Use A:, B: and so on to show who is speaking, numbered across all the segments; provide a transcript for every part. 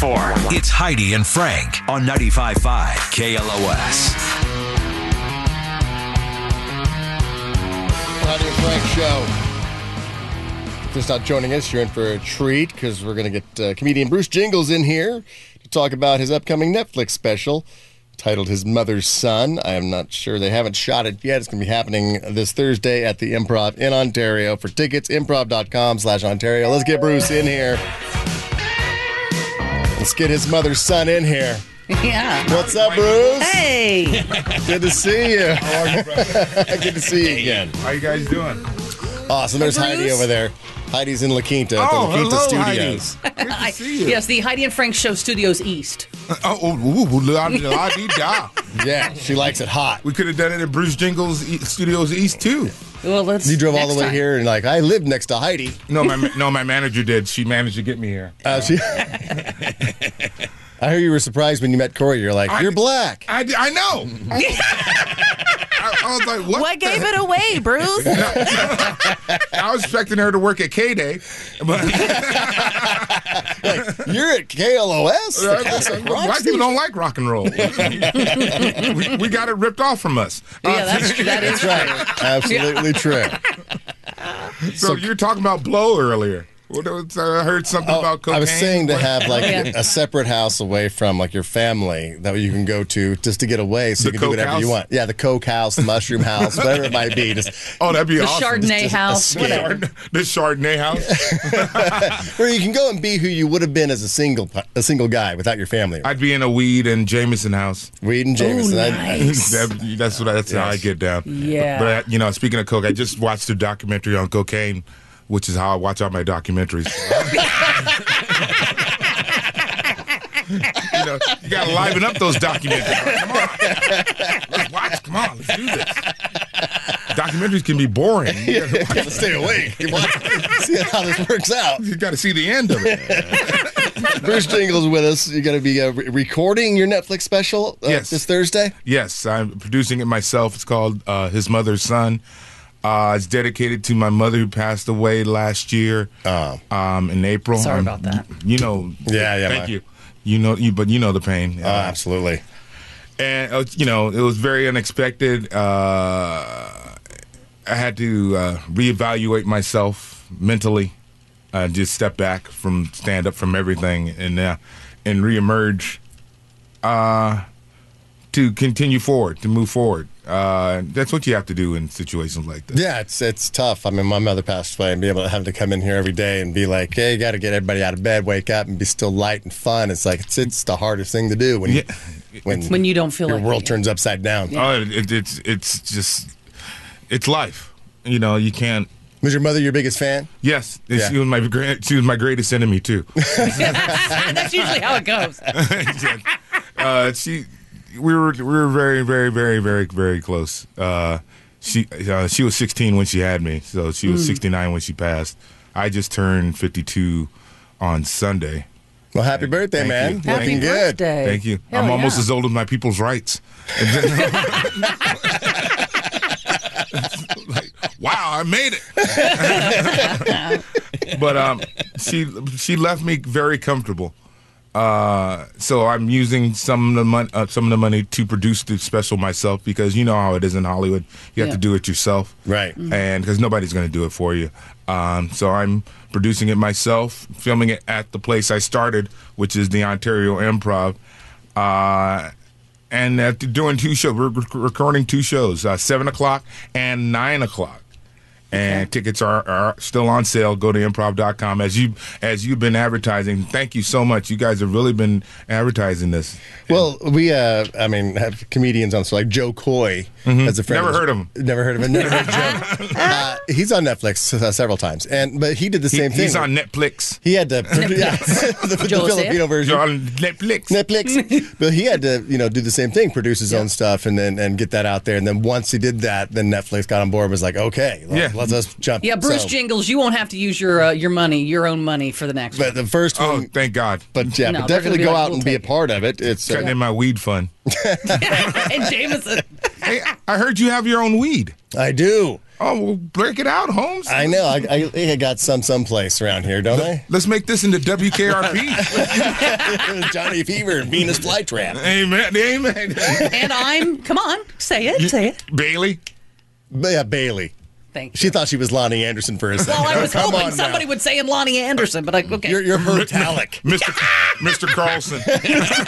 A: It's Heidi and Frank on 95.5 KLOS.
B: Rodney and Frank Show. If you're not joining us, you're in for a treat because we're going to get uh, comedian Bruce Jingles in here to talk about his upcoming Netflix special titled His Mother's Son. I am not sure they haven't shot it yet. It's going to be happening this Thursday at the Improv in Ontario. For tickets, improv.com slash Ontario. Let's get Bruce in here. Let's get his mother's son in here.
C: Yeah.
B: What's up, Bruce?
C: Hey.
B: Good to see you. Good to see you again.
D: How you guys doing?
B: Awesome. There's
C: Bruce.
B: Heidi over there. Heidi's in La Quinta at
D: Oh,
B: the La Quinta
D: hello,
B: Studios.
D: Good to see you.
C: Yes, the Heidi and Frank Show Studios East.
D: Oh, oh, ooh, ooh, la, la, dee, da.
B: Yeah, she likes it hot.
D: We could have done it at Bruce Jingles E- Studios East too.
C: Well, let's.
B: You drove all
C: next
B: the way
C: time.
B: here and like I live next to Heidi.
D: No, my ma- no, my manager did. She managed to get me here.
B: Uh, she- I hear you were surprised when you met Corey. You're like,
D: I-
B: you're black.
D: I, d- I know. I, I was like, what?
E: What gave it away, Bruce?
D: I was expecting her to work at K Day, but
B: You're at KLOS. The Classic Rock
D: black people
B: Station?
D: don't like rock and roll. we, we got it ripped off from us. Uh,
C: Yeah, that's, that is right.
B: Absolutely true.
D: so you were talking about blow earlier. What was- I heard something about cocaine.
B: Oh, I was saying to have like
C: Oh, Yeah.
B: a separate house away from like your family that you can go to just to get away, so you
D: The
B: can do
D: Coke
B: whatever you
D: house?
B: want. Yeah, the Coke house, the mushroom house, whatever it might be. Just
D: Oh, that'd be
C: The
D: awesome.
C: Chardonnay house.
B: escape.
C: Whatever.
D: Chardonnay. The Chardonnay house.
B: where you can go and be who you would have been as a single a single guy without your family.
D: I'd be in a Weed and Jameson house.
B: Weed and Jameson.
D: Oh,
B: I-
C: nice.
D: That- that's what I, that's how I get down.
C: Yeah.
D: But I, you know, speaking of coke, I just watched a documentary on cocaine, which is how I watch all my documentaries. you know, you gotta liven up those documentaries. Come on, let's watch. Come on, let's do this. Documentaries can be boring. You gotta, watch-
B: gotta stay awake. You want- See how this works out.
D: you gotta see the end of it.
B: Bruce Jingles with us. You're going to be uh, re- recording your Netflix special uh,
D: Yes.
B: this Thursday.
D: Yes, I'm producing it myself. It's called uh, His Mother's Son. Uh, it's dedicated to my mother who passed away last year
B: Oh.
D: um, in April.
C: Sorry
D: Um,
C: about that.
D: You know.
B: Yeah, yeah,
D: Thank
B: my-
D: you. You know, you but you know the pain.
B: Oh, absolutely.
D: and uh, you know it was very unexpected. Uh, I had to uh, reevaluate myself mentally, uh, just step back from stand up from everything, and uh, and reemerge uh, to continue forward, to move forward. Uh, that's what you have to do in situations like this.
B: Yeah, it's it's tough. I mean, my mother passed away, and be able to have to come in here every day and be like, "Hey, you got to get everybody out of bed, wake up, and be still light and fun." It's like it's it's the hardest thing to do when you, when
C: When you don't feel
B: your
C: like
B: world
C: it.
B: turns upside down.
D: Oh, it, it's it's just it's life. You know, you can't.
B: Was your mother your biggest fan?
D: Yes,
B: Yeah.
D: she was my gra- she was my greatest enemy too.
C: That's usually how it goes.
D: uh, she, we were we were very very very very very close. Uh, she uh, she was 16 when she had me, so she was 69 when she passed. I just turned 52 on Sunday.
B: Well, happy birthday,
D: Thank
B: man!
D: you.
B: Looking
D: Happy
E: Happy
B: good.
E: birthday.
D: Thank you.
E: Hell
D: I'm almost
E: yeah.
D: as old as my people's rights. like, wow, I made it. but um, she she left me very comfortable. Uh, so I'm using some of the money, uh, some of the money to produce the special myself because you know how it is in Hollywood. You have
C: Yeah.
D: to do it yourself,
B: Right. Mhm.
D: Mm-hmm. And because nobody's going to do it for you. Um, so I'm producing it myself, filming it at the place I started, which is the Ontario Improv. Uh, and after doing two shows, we're rec- recording two shows, uh, seven o'clock and nine o'clock. And tickets are, are still on sale. Go to improv.com as you as you've been advertising. Thank you so much. You guys have really been advertising this.
B: Well, we, uh, I mean, have comedians on, so like Joe Coy as a friend.
D: Mm-hmm. Never heard of him.
B: Never heard of him. Never heard of Joe. Uh, he's on Netflix uh, several times, and but he did the
D: He-
B: same thing.
D: he's on Netflix.
B: He had to, yeah, the, the
C: Joseph.
B: Filipino version.
D: You're on Netflix.
B: Netflix, but he had to, you know, do the same thing, produce his own stuff, and then and get that out there. And then once he did that, then Netflix got on board, and was like, okay, let,
D: Yeah.
B: let us jump.
C: Yeah, Bruce
B: So-
C: Jingles, you won't have to use your uh, your money, your own money for the next
B: But
C: one.
B: the first one,
D: oh, thank God.
B: but yeah,
C: No,
B: but
C: they're
B: definitely
C: gonna be
B: go
C: like,
B: out
C: we'll
B: and be a
C: take it.
B: part of it. It's
D: Cutting
B: uh,
D: in my weed fund.
C: and Jameson.
D: hey, I heard you have your own weed.
B: I do.
D: Oh, well, break it out, Holmes.
B: I know. I, I, I think I got some someplace around here, don't I?
D: Let's make this into WKRP.
B: Johnny Fever, Venus Flytrap.
D: amen. Amen.
C: And I'm, come on, say it, say it.
D: Bailey.
B: Ba- Yeah, Bailey.
C: Thank you.
B: She thought she was Lonnie Anderson for a second.
C: Well, I was
B: oh, Come
C: hoping
B: on now.
C: somebody would say him Lonnie Anderson, but I, okay.
B: You're, you're metallic.
D: Mr. Mr. Carlson,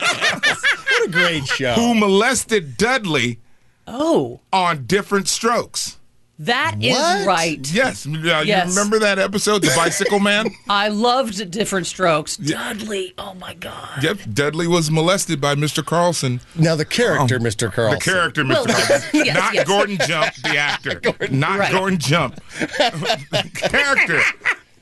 B: what a great show.
D: who molested Dudley
C: oh,
D: on different strokes.
C: that is
B: What?
C: right.
D: Yes. uh,
C: Yes.
D: You remember that episode, The Bicycle Man?
C: I loved Different Strokes. Dudley, oh my God.
D: yep. Dudley was molested by Mr. Carlson.
B: Now the character, Mr. Carlson.
D: The character, Mr.
C: Well,
D: Carlson.
C: yes,
D: Not
C: yes.
D: Gordon Jump, the actor. Not
C: right.
D: Gordon Jump. character,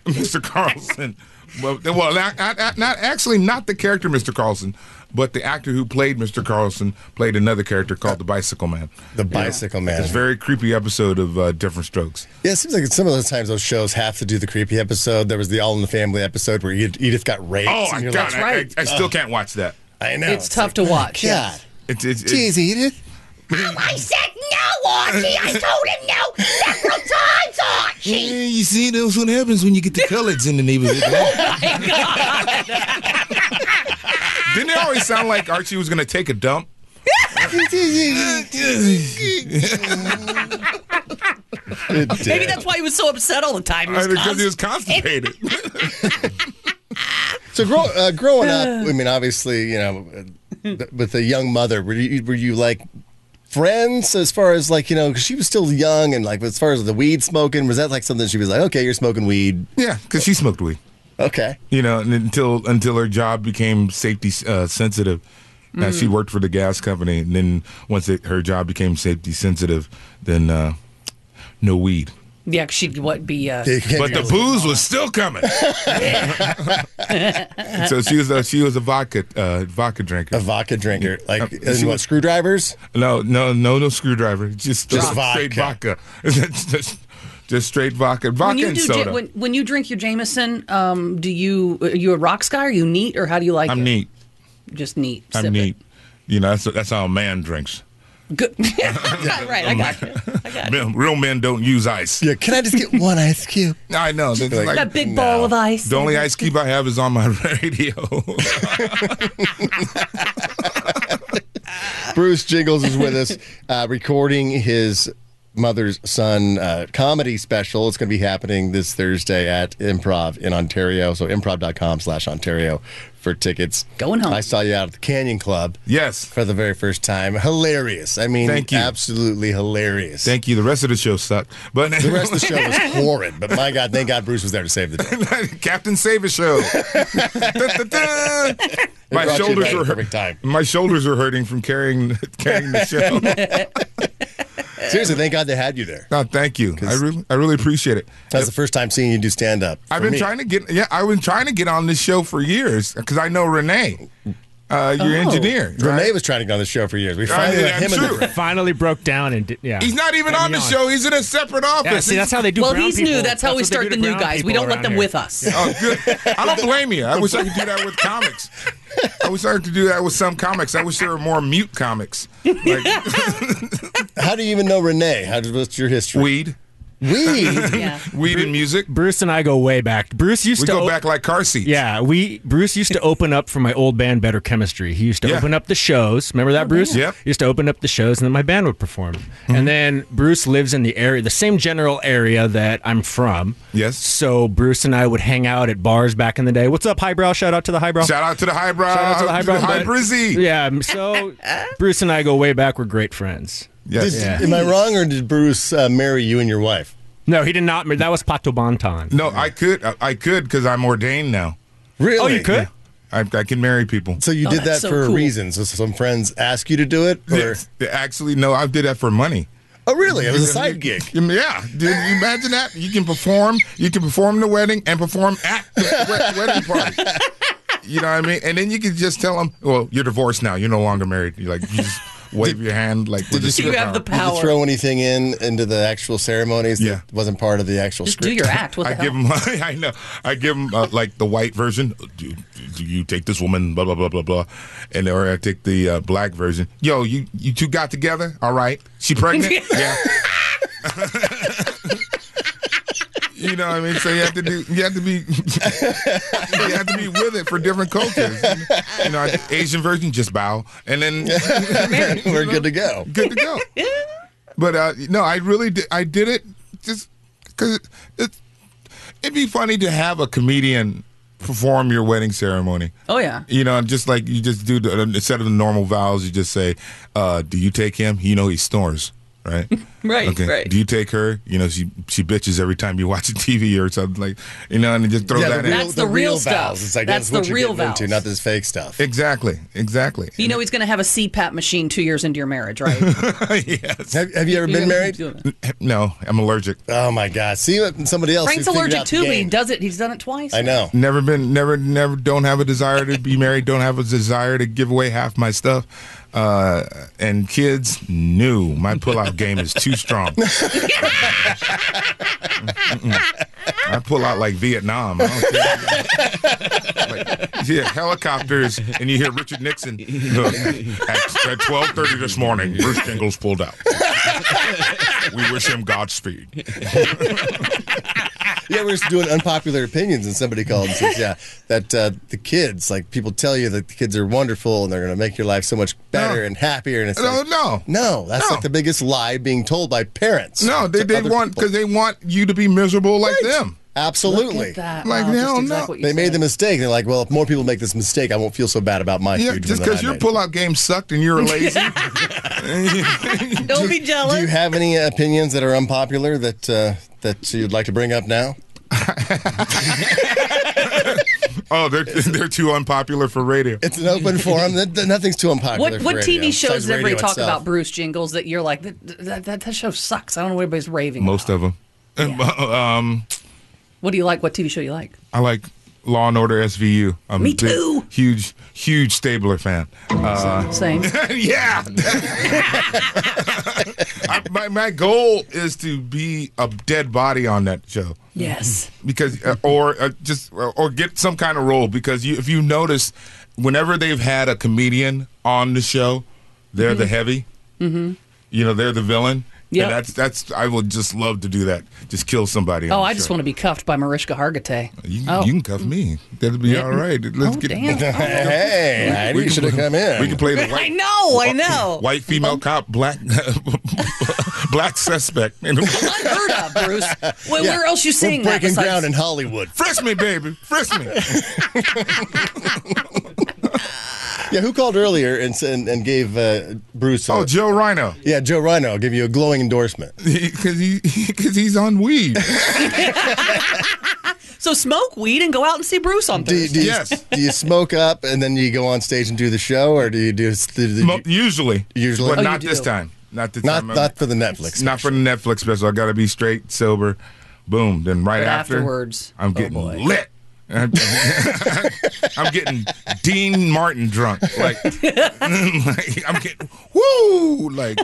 D: Mr. Carlson. Well, th- well not, not, not- not- actually not the character, Mr. Carlson, but the actor who played Mr. Carlson played another character called the Bicycle Man.
B: The bicycle man.
D: It's a very creepy episode of uh, Different Strokes.
B: Yeah, it seems like some of those times those shows have to do the creepy episode. There was the All in the Family episode where Edith Edith got raped.
D: Oh,
B: and
D: my
B: you're
D: God.
B: like,
D: I,
C: right.
D: I, I still can't watch that.
B: I know.
C: It's tough to watch,
B: God.
C: yes.
D: It's, it's, it's,
B: Jeez, Edith.
E: I said no, Archie. I told him no several times, Archie.
D: you see, that's what happens when you get the coloreds in the neighborhood. Didn't it always sound like Archie was going to take a dump?
B: Good
C: Maybe
B: day.
C: that's why he was so upset all the time. He was
D: because he was
C: const-
D: constipated.
B: So grow, uh, growing up, I mean, obviously, you know, uh, th- with a young mother, were you, were you like friends as far as like, you know, 'cause she was still young and like as far as the weed smoking, was that like something she was like, okay, you're smoking weed.
D: yeah, because she smoked weed.
B: Okay.
D: You know, and until until her job became safety uh, sensitive. Now
C: Mm.
D: she worked for the gas company, and then once it, her job became safety sensitive, then uh, no weed.
C: yeah, 'cause she'd what be uh,
B: You can't
D: But the
B: really-
D: booze was still coming. so she was a, she was a vodka uh, vodka drinker.
B: a vodka drinker, like
D: Um,
B: and
D: she
B: what,
D: was-
B: screwdrivers?
D: No, no, no, no screwdriver. Just,
B: Just
D: just straight vodka. just, just straight vodka. Vodka
C: when you
D: and
C: do
D: soda.
C: Ja- when, when you drink your Jameson, um, do you are you a rocks guy? Are you neat or how do you like
D: I'm
C: it?
D: neat.
C: Just neat.
D: I'm
C: sip it.
D: neat. You know, that's that's how a man drinks.
C: Good. right, I got you. I got you.
D: Men- Real men don't use ice.
B: Yeah, can I just get one ice cube?
D: I know. that's
B: Like-
D: like-
C: That big
B: No.
C: ball of ice.
D: the only ice cube I have is on my radio.
B: Bruce Jingles is with us, uh, recording his mother's son uh, comedy special. It's going to be happening this Thursday at Improv in Ontario. So improv.com slash Ontario for tickets.
C: Going home.
B: I saw you out at the Canyon Club
D: yes.
B: for the very first time. Hilarious. I mean,
D: Thank you.
B: absolutely hilarious.
D: Thank you. The rest of the show sucked. But
B: the rest of the show was horrid, but my God, thank God Bruce was there to save the day.
D: Captain Save a Show. Da-da-da.
B: brought you
D: My
B: right
D: shoulders
B: at the
D: are
B: perfect time.
D: hurt. My shoulders are hurting from carrying carrying the show.
B: Seriously, thank God they had you there.
D: No, thank you. I really, I really appreciate it.
B: That's the first time seeing you do stand up.
D: I've been trying to get, yeah, I've been trying to get on this show for years because I know Renee, uh, your engineer.
B: Renee
D: right?
B: was trying to get on the show for years. We
D: I
B: finally
D: mean,
B: got him
D: I'm
B: in the
D: true.
B: room.
F: finally broke down and did, yeah.
D: He's not even on the show. He's in a separate office.
F: Yeah, see, that's how they do.
C: well,
F: brown
C: he's
F: people.
C: new. That's how we
F: what they
C: start
F: do
C: the
F: to
C: new
F: brown
C: guys. We
F: people
C: don't let
F: around
C: them
F: here.
C: with us.
D: Oh, good. I don't blame you. I wish I could do that with comics. I wish I could do that with some comics. I wish there were more mute comics. Like
B: How do you even know Renee? How did, what's your history?
D: weed,
B: Weed?
C: Yeah.
D: weed and music.
F: Bruce and I go way back. Bruce used
D: We
F: to
D: go
F: op-
D: back like car seats.
F: Yeah, we Bruce used to open up for my old band Better Chemistry. He used to
D: Yeah.
F: open up the shows. Remember
C: Oh,
F: that, Bruce?
D: Yep.
F: He used to open up the shows and then my band would perform.
D: Mm-hmm.
F: And then Bruce lives in the area, the same general area that I'm from.
D: Yes.
F: So Bruce and I would hang out at bars back in the day. What's up, Highbrow? Shout out to the Highbrow.
D: Shout out to the highbrow.
F: Shout out to the Highbrow. but-
D: Hybrizzy.
F: Yeah, um, so Bruce and I go way back. We're great friends.
D: Yes.
B: Did- Am I wrong, or did Bruce uh, marry you and your wife?
F: No, he did not. mar- That was Pato Bonton.
D: No, I could. I, I could because I'm ordained now.
B: Really?
F: Oh, you could?
D: I, I can marry people.
B: So you
C: Oh,
B: did that
C: that's so
B: for a
C: cool.
B: reason. So some friends asked you to do it? Or,
D: Yes. Actually, no, I did that for money.
B: Oh, really? It was a side gig.
D: I mean, Yeah, dude, you imagine that? You can perform, you can perform the wedding and perform at the wed- wedding party. You know what I mean? And then you can just tell them, "Well, you're divorced now. You're no longer married." You like you just wave your hand like. with
B: you
D: a
B: see-
C: You have the
D: superpower.
B: Did you
C: power.
B: throw anything in into the actual ceremonies
D: Yeah.
B: that wasn't part of the actual
C: Just do
B: script?
C: your act. What the
D: I
C: hell?
D: give him, I know, I give him uh, like the white version. Do, do you take this woman? Blah blah blah blah blah, and or I take the uh, black version. Yo, you you two got together? All right, she pregnant? yeah. You know what I mean? So you have to do. You have to be. you have to be with it for different cultures. You know, Asian version just bow, and then
B: We're good to go.
D: good to go. But uh, no, I really did. I did it just because it, it'd be funny to have a comedian perform your wedding ceremony.
C: Oh, yeah.
D: You know, just like you just do the, um, instead of the normal vows, you just say, uh, "Do you take him? You know he snores." Right,
C: Right,
D: Okay.
C: right.
D: Do you take her? You know she she bitches every time you watch a TV or something like, you know, and you just throw
B: Yeah,
D: that in.
C: real- That's the real stuff.
B: vows. It's like that's,
C: That's
B: what
C: the
B: you're
C: real
B: getting into,
C: vows.
B: not this fake stuff.
D: Exactly, exactly.
C: You know he's going to have a CPAP machine two years into your marriage, right? You're
D: yes.
B: have, have you ever
C: gonna
B: been
C: keep
B: married?
C: doing it.
D: No, I'm allergic.
B: Oh my God! See what- somebody else.
C: Frank's
B: who figured
C: allergic
B: out the
C: too, but he
B: game.
C: does it. He's done it twice.
B: I know.
D: Never been, never, never. Don't have a desire to be married. Don't have a desire to give away half my stuff. Uh, and kids, no, my pull-out game is too strong. Mm-mm. I pull out like Vietnam. I don't care. Like, you hear helicopters, and you hear Richard Nixon look, at, at twelve thirty this morning. Bruce Jingles pulled out. we wish him Godspeed.
B: Yeah, we're just doing unpopular opinions, and somebody called and says, "Yeah, that uh, the kids, like people tell you that the kids are wonderful and they're going to make your life so much better
D: No.
B: and happier." And it's
D: No,
B: like,
D: no.
B: no, that's
D: No.
B: like the biggest lie being told by parents.
D: No, they,
B: to
D: they
B: other
D: want
B: people.
D: because they want you to be miserable like them.
C: Look
B: absolutely.
C: at that.
D: Like,
C: Wow,
D: they
C: just
D: don't
C: exactly
D: know.
C: what you
B: They made
C: said.
B: the mistake. They're like, "Well, if more people make this mistake, I won't feel so bad about my
D: Yeah,
B: huge
D: just
B: one that
D: because
B: I
D: your
B: made."
D: pull-out game sucked and you're lazy.
C: Don't be jealous.
B: Do you have any uh, opinions that are unpopular that uh, that you'd like to bring up now?
D: oh, they're they're too unpopular for radio.
B: It's an open forum. That, that- nothing's too unpopular.
C: what
B: for
C: what
B: radio.
C: TV
B: It's like
C: shows did everybody
B: radio
C: talk
B: itself.
C: about Bruce Jingles that you're like that that, that, that show sucks. I don't know what everybody's raving.
D: Most
C: about.
D: of them. um,
C: What do you like? What TV show you like?
D: I like Law and Order SVU. I'm
C: Me
D: a big-
C: too.
D: Huge, huge Stabler fan. Uh,
C: Same.
D: yeah. I, my my goal is to be a dead body on that show.
C: yes.
D: because uh, or uh, just or, or get some kind of role because you, if you notice whenever they've had a comedian on the show they're the heavy mm-hmm. you know they're the villain Yeah,
C: Yep.
D: and that's that's i would just love to do that just kill somebody
C: Oh, I just want to be cuffed by Mariska Hargitay.
D: you,
C: oh.
D: you can cuff me that'll be all right let's
C: Oh,
D: get
C: damn.
B: Hey, I knew you should have come in.
D: we can play the white
C: I know, I know. Oh.
D: white female cop black black suspect
C: Unheard of, Bruce. Well,
B: Yeah.
C: where else you seeing
B: We're
C: that?
B: breaking
C: besides-
B: ground in Hollywood.
D: frisk me baby frisk me
B: Yeah, who called earlier and s- and, and gave uh, Bruce? A,
D: oh joe rhino
B: yeah, Joe Rhino will give you a glowing endorsement.
D: because he because he's on weed
C: so smoke weed and go out and see Bruce on
B: Do you,
C: Thursday.
B: do you,
D: Yes.
B: Do you smoke up and then you go on stage and do the show, or do you do? do, do
D: Mo- usually,
B: Usually?
D: but
B: Oh, you
D: not
C: do.
D: this time. Not this
B: not
D: time.
B: not for the Netflix.
D: Not for the Netflix special. I got to be straight sober. Boom. Then right
C: But
D: after,
C: afterwards,
D: I'm
C: oh
D: getting
C: boy.
D: lit. I'm, I'm getting Dean Martin drunk. Like, I'm getting woo. Like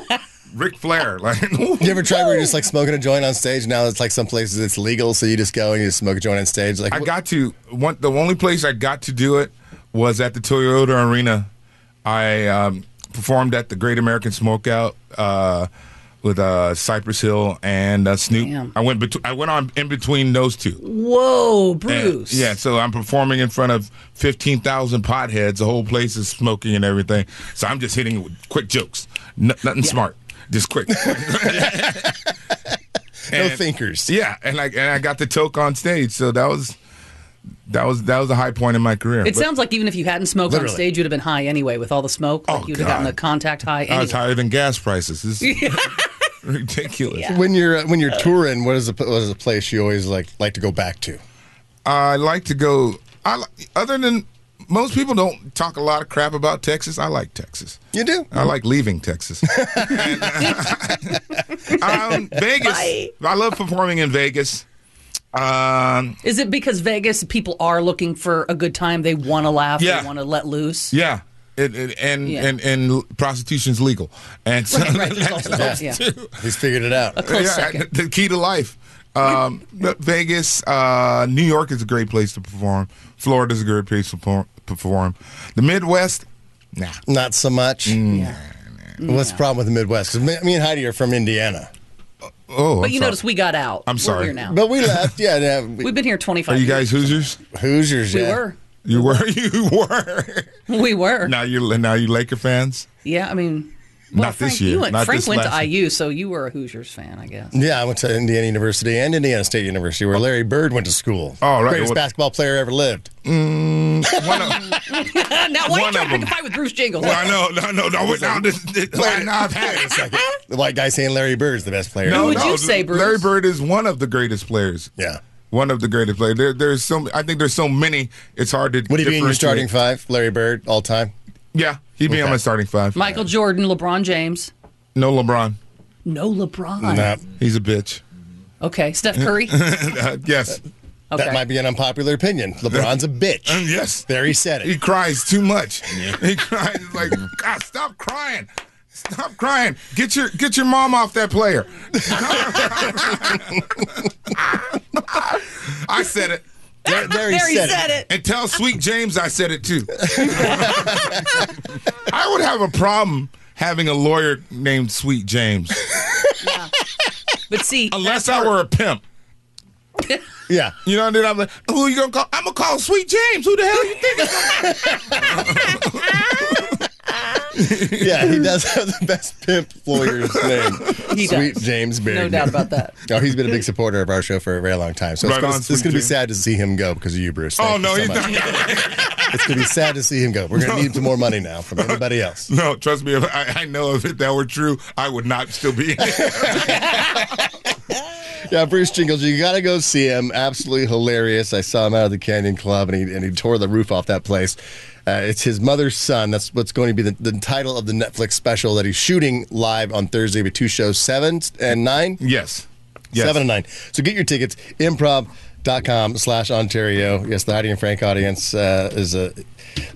D: Ric Flair. Like
B: You ever try where you're just like smoking a joint on stage? Now it's like some places it's legal, so you just go and you just smoke a joint on stage. Like
D: I
B: wh-
D: got to one. The only place I got to do it was at the Toyota Arena. I um, performed at the Great American Smokeout uh, with uh, Cypress Hill and uh, Snoop.
C: Damn.
D: I went between. I went on in between those two.
C: Whoa,
D: And-
C: Bruce.
D: yeah, so I'm performing in front of fifteen thousand potheads. The whole place is smoking and everything. So I'm just hitting with quick jokes, N- nothing smart, just quick.
B: no
D: And-
B: thinkers.
D: Yeah, and I and I got to toke on stage, so that was that was that was a high point in my career.
C: It
D: But
C: sounds like even if you hadn't smoked
B: Literally.
C: on stage, you'd have been high anyway with all the smoke. Like
D: Oh,
C: you'd have gotten
D: God.
C: the contact high
D: I was
C: anyway.
D: higher than gas prices. This is ridiculous.
B: When you're uh, when you're touring, what is the p- what is the place you always like like to go back to?
D: I like to go. I li- other than most people don't talk a lot of crap about Texas. I like Texas.
B: You do.
C: Oh,
D: I like leaving Texas. And, uh, um, Vegas. I love performing in Vegas. Um,
C: Is it because Vegas people are looking for a good time? They want to laugh.
D: Yeah.
C: They want to let loose.
D: yeah. It, it, and,
C: Yeah.
D: and and prostitution's legal, and so
C: Right, there's also those, yeah.
B: He's figured it out.
C: Close second.
D: The key to life. Um, but Vegas, uh, New York is a great place to perform. Florida's a great place to perform- perform. The Midwest, nah.
B: Not so much.
C: Yeah.
D: Mm.
B: What's the problem with the Midwest? 'Cause me, me and Heidi are from Indiana.
C: But
D: Oh, I'm
C: you
D: sorry.
C: notice we got out.
D: I'm sorry.
C: We're here now.
B: But we left. Yeah, yeah we,
C: We've been here 25
D: Are you guys
C: years.
D: Hoosiers?
B: Hoosiers.
C: We
B: yeah.
C: were.
D: You were. You were.
C: We were.
D: now you're now you Laker fans.
C: Yeah, I mean, well,
D: Not
C: Frank,
D: this year.
C: You went,
D: Not
C: Frank
D: this
C: went to
D: last-
C: IU, so you were a Hoosiers fan, I guess.
B: Yeah, I went to Indiana University and Indiana State University, where Larry Bird went to school.
D: Oh, right.
B: Greatest
D: Well-
B: basketball player ever lived.
D: One of,
C: now, why are you
D: One
C: trying
D: of
C: to pick a
D: them.
C: fight with Bruce Jingles?
D: I know. No, no, no. Wait, now this, this, now I've had it.
B: The white guy saying Larry Bird's the best player.
D: No,
C: would
D: no,
C: you say, Bruce?
D: Larry Bird is one of the greatest players.
B: Yeah.
D: One of the greatest players. There, there's so. I think there's so many. It's hard to.
B: Would he be in your starting
D: differentiate.
B: five? Larry Bird, all time.
D: Yeah, he'd be on my starting five.
C: Michael Jordan, LeBron James.
D: No LeBron.
C: No LeBron.
B: Nah,
D: He's a bitch.
C: Okay, Steph Curry. Okay.
D: Uh, yes.
B: That might be an unpopular opinion. LeBron's a bitch.
D: Yes.
B: There he said
D: He
B: it.
D: cries too much. He cries He's like, God, stop crying. Stop crying. Get your get your mom off that player. I said it.
B: There, there he
C: There he
B: said,
C: said it.
B: it.
D: And tell Sweet James I said it too. I would have a problem having a lawyer named Sweet James.
C: But see,
D: Unless I were a pimp.
B: Yeah.
D: You know, then I'm like, who you gonna call? I'm gonna call Sweet James. Who the hell you think?
B: Yeah, he does have the best pimp lawyer's name.
C: He
B: Sweet
C: does.
B: James Beard.
C: no doubt about that.
B: Oh, he's been a big supporter of our show for a very long time. So it's,
D: Right on,
B: gonna- it's
D: Sweet
B: going to be
D: James.
B: sad to see him go because of you, Bruce. Thank
D: oh
B: you
D: no,
B: so
D: he's
B: much.
D: not.
B: It's going to be sad to see him go. We're going to need some more money now from anybody else.
D: No, trust me. If I, I know if it, that were true, I would not still be. in it.
B: Yeah, Bruce Jingles, you got to go see him. Absolutely hilarious. I saw him out of the Canyon Club, and he and he tore the roof off that place. Uh, it's his mother's son. That's what's going to be the, the title of the Netflix special that he's shooting live on Thursday with two shows, seven and nine.
D: yes. Yes.
B: Seven and nine. So get your tickets. Improv.com slash Ontario. Yes, the Heidi and Frank audience uh, is a.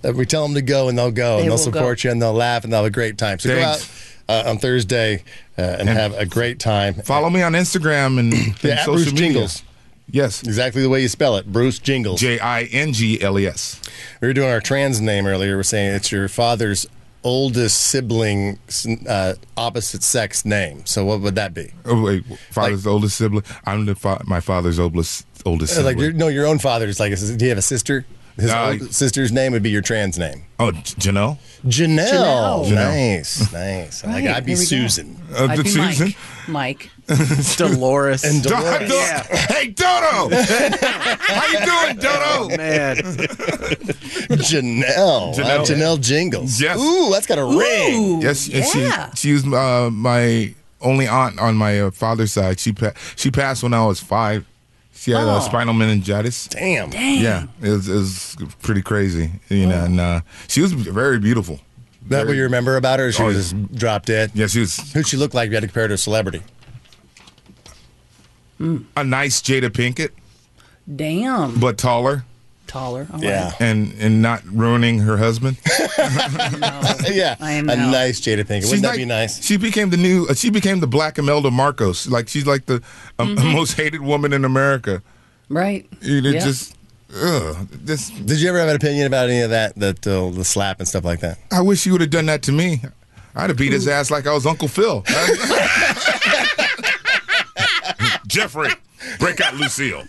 B: that we tell them to go and they'll go
C: They
B: and they'll
C: will go.
B: support you and they'll laugh and they'll have a great time. So
D: Thanks.
B: go out uh, on Thursday uh, and, have a great time.
D: Follow me on Instagram and, and
B: Yeah, at
D: social
B: Bruce
D: media.
B: Jingles.
D: Yes.
B: Exactly the way you spell it, Bruce Jingles.
D: J I N G L E S.
B: we were doing our trans name earlier. We're saying it's your father's oldest sibling, uh, opposite sex name. So what would that be?
D: Oh wait, father's oldest sibling. I'm the fa- my father's oldest oldest
B: Uh, Like your,
D: sibling.
B: no, your own father's. Like, is, do you have a sister? His
D: Uh,
B: old sister's name would be your trans name.
D: oh, J- Janelle.
B: Janelle.
C: Janelle.
B: Nice, nice. Like,
C: Right,
B: I'd be
C: there we go.
B: Susan.
D: Uh,
C: I'd
D: the
C: be
D: Susan.
C: Mike. Mike.
G: Dolores.
B: And
D: Do-
B: Dolores.
D: Do- Hey Dodo, how you doing, Dodo?
G: Man,
B: Janelle. Janelle.
D: Janelle.
B: Janelle Jingles.
D: Yes.
B: Ooh, that's got a ring.
C: Ooh,
D: Yes, and
C: yeah.
D: she she was uh, my only aunt on my uh, father's side. She pa- she passed when I was five. She had uh,
C: Oh.
D: spinal meningitis.
B: Damn.
D: Yeah, it was, it was pretty crazy, you know. And uh, she was very beautiful.
B: That what you remember about her? She
D: Oh,
B: was
D: yeah.
B: just drop dead.
D: Yeah, she was
B: Who'd she look like? if You had to compare her to a celebrity.
D: a nice Jada Pinkett,
C: Damn.
D: but taller
C: Taller. All right.
B: Yeah.
D: and and not ruining her husband.
B: yeah,
C: I
B: a
C: know.
B: nice Jada Pinkett. Wouldn't that
D: like-
B: be nice?
D: She became the new. Uh, she became the Black Imelda Marcos. Like she's like the um, most hated woman in America.
C: Right.
D: You know,
C: Mm-hmm. Yeah.
D: just. Ugh, this,
B: Did you ever have an opinion about any of that, that uh, the slap and stuff like that?
D: I wish you would have done that to me. I'd have beat his ass like I was Uncle Phil. Jeffrey, break out Lucille.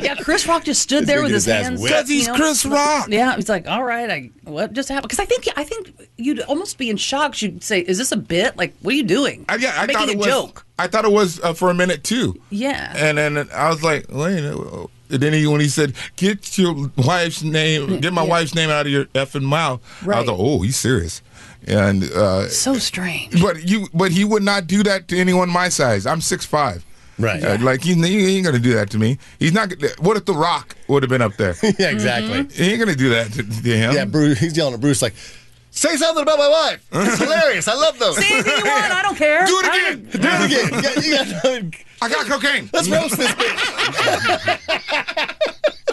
C: Yeah, Chris Rock just stood there
B: gonna
C: with his,
B: get his ass
C: hands.
B: whipped. 'Cause
D: he's
C: you
D: Chris Rock.
C: Yeah, he's like, all right, I what just happened? Because I think I think you'd almost be in shock. You'd say, "Is this a bit? Like, what are you doing?
D: I, yeah, I
C: Making
D: thought
C: a
D: it was, Uh,
C: joke."
D: I thought it was uh, for a minute too.
C: Yeah.
D: And then I was like, wait. uh, And then he, when he said, "Get your wife's name, get my
C: yeah.
D: wife's name out of your effing mouth," I
C: Right.
D: was like, "Oh, he's serious." And uh,
C: so strange.
D: but you, but he would not do that to anyone my size. I'm six five.
B: Right.
D: Uh, like he, he ain't gonna do that to me. He's not. gonna- What if The Rock would have been up there?
B: Yeah, exactly.
D: He ain't gonna do that to, to him.
B: Yeah, Bruce, he's yelling at Bruce like, say something about my wife. It's hilarious. I love those.
C: Say anything you want. I don't care.
D: do
C: I-
D: it again.
B: Do it again. Yeah, you gotta-
D: I got cocaine.
B: let's roast this bitch.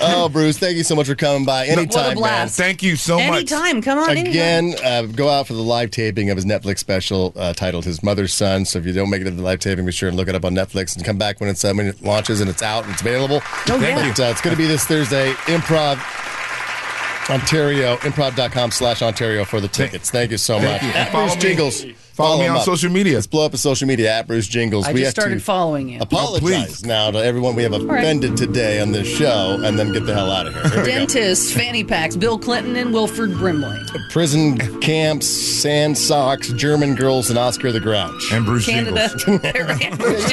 B: oh, Bruce, thank you so much for coming by. Anytime, man.
C: blast.
D: Thank you so much.
C: Anytime, come on. anytime.
B: Again, uh, go out for the live taping of his Netflix special uh, titled "His Mother's Son." So if you don't make it to the live taping, be sure and look it up on Netflix and come back when it's uh, when it launches and it's out and it's available.
C: Oh, yeah.
B: But, uh, it's going to be this Thursday, Improv Ontario, improv.com slash Ontario for the tickets. Thank you so much.
D: you.
B: At
D: Follow
B: Bruce
D: me.
B: Jingles.
D: Follow, me
B: him
D: on
B: up.
D: social media.
B: Let's blow up his social media at Bruce Jingles.
C: I
B: we
C: just
B: have to
C: started following you.
B: Apologize
D: please.
B: now to everyone we have
C: right.
B: offended today on this show, and then get the hell out of here. Here we go.
C: Dentists, fanny packs, Bill Clinton, and Wilford Brimley.
B: Prison camps, sand socks, German girls, and Oscar the Grouch.
D: And Bruce
C: Canada,
D: Jingles.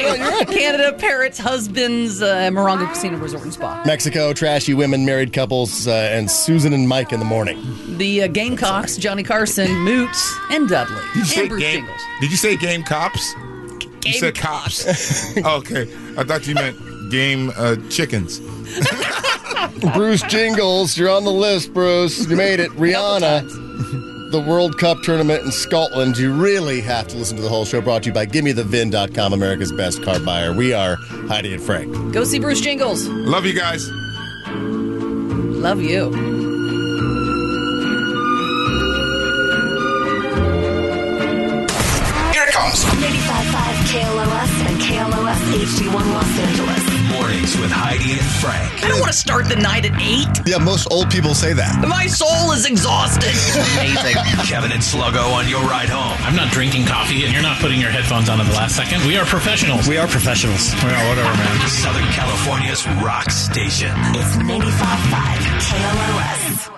C: Canada, parrots, husbands, uh, Morongo Casino Resort and Spa.
B: Mexico, trashy women, married couples, uh, and Susan and Mike in the morning.
C: The uh, Gamecocks, Johnny Carson, Moots, and Dudley.
D: Did you say
C: and Bruce
D: game?
C: Jingles.
D: Did you say game cops? you said cops. okay, I thought you meant game uh, chickens.
B: Bruce Jingles, you're on the list, Bruce. You made it. Rihanna, the World Cup tournament in Scotland. You really have to listen to the whole show brought to you by GimmeTheVin.com, America's best car buyer. We are Heidi and Frank.
C: Go see Bruce Jingles.
D: Love you guys.
C: Love you.
G: Here it comes.
E: 95.5 KLOS and KLOS HD1 Los Angeles.
A: Mornings with Heidi and Frank.
C: I don't want to start the night at 8.
H: Yeah, most old people say that.
C: My soul is exhausted. Amazing.
A: Kevin and Sluggo on your ride home.
I: I'm not drinking coffee, and you're not putting your headphones on at the last second. We are professionals.
H: We are professionals.
I: yeah, whatever, man.
A: Southern California's rock station.
E: It's 95.5 KLOS.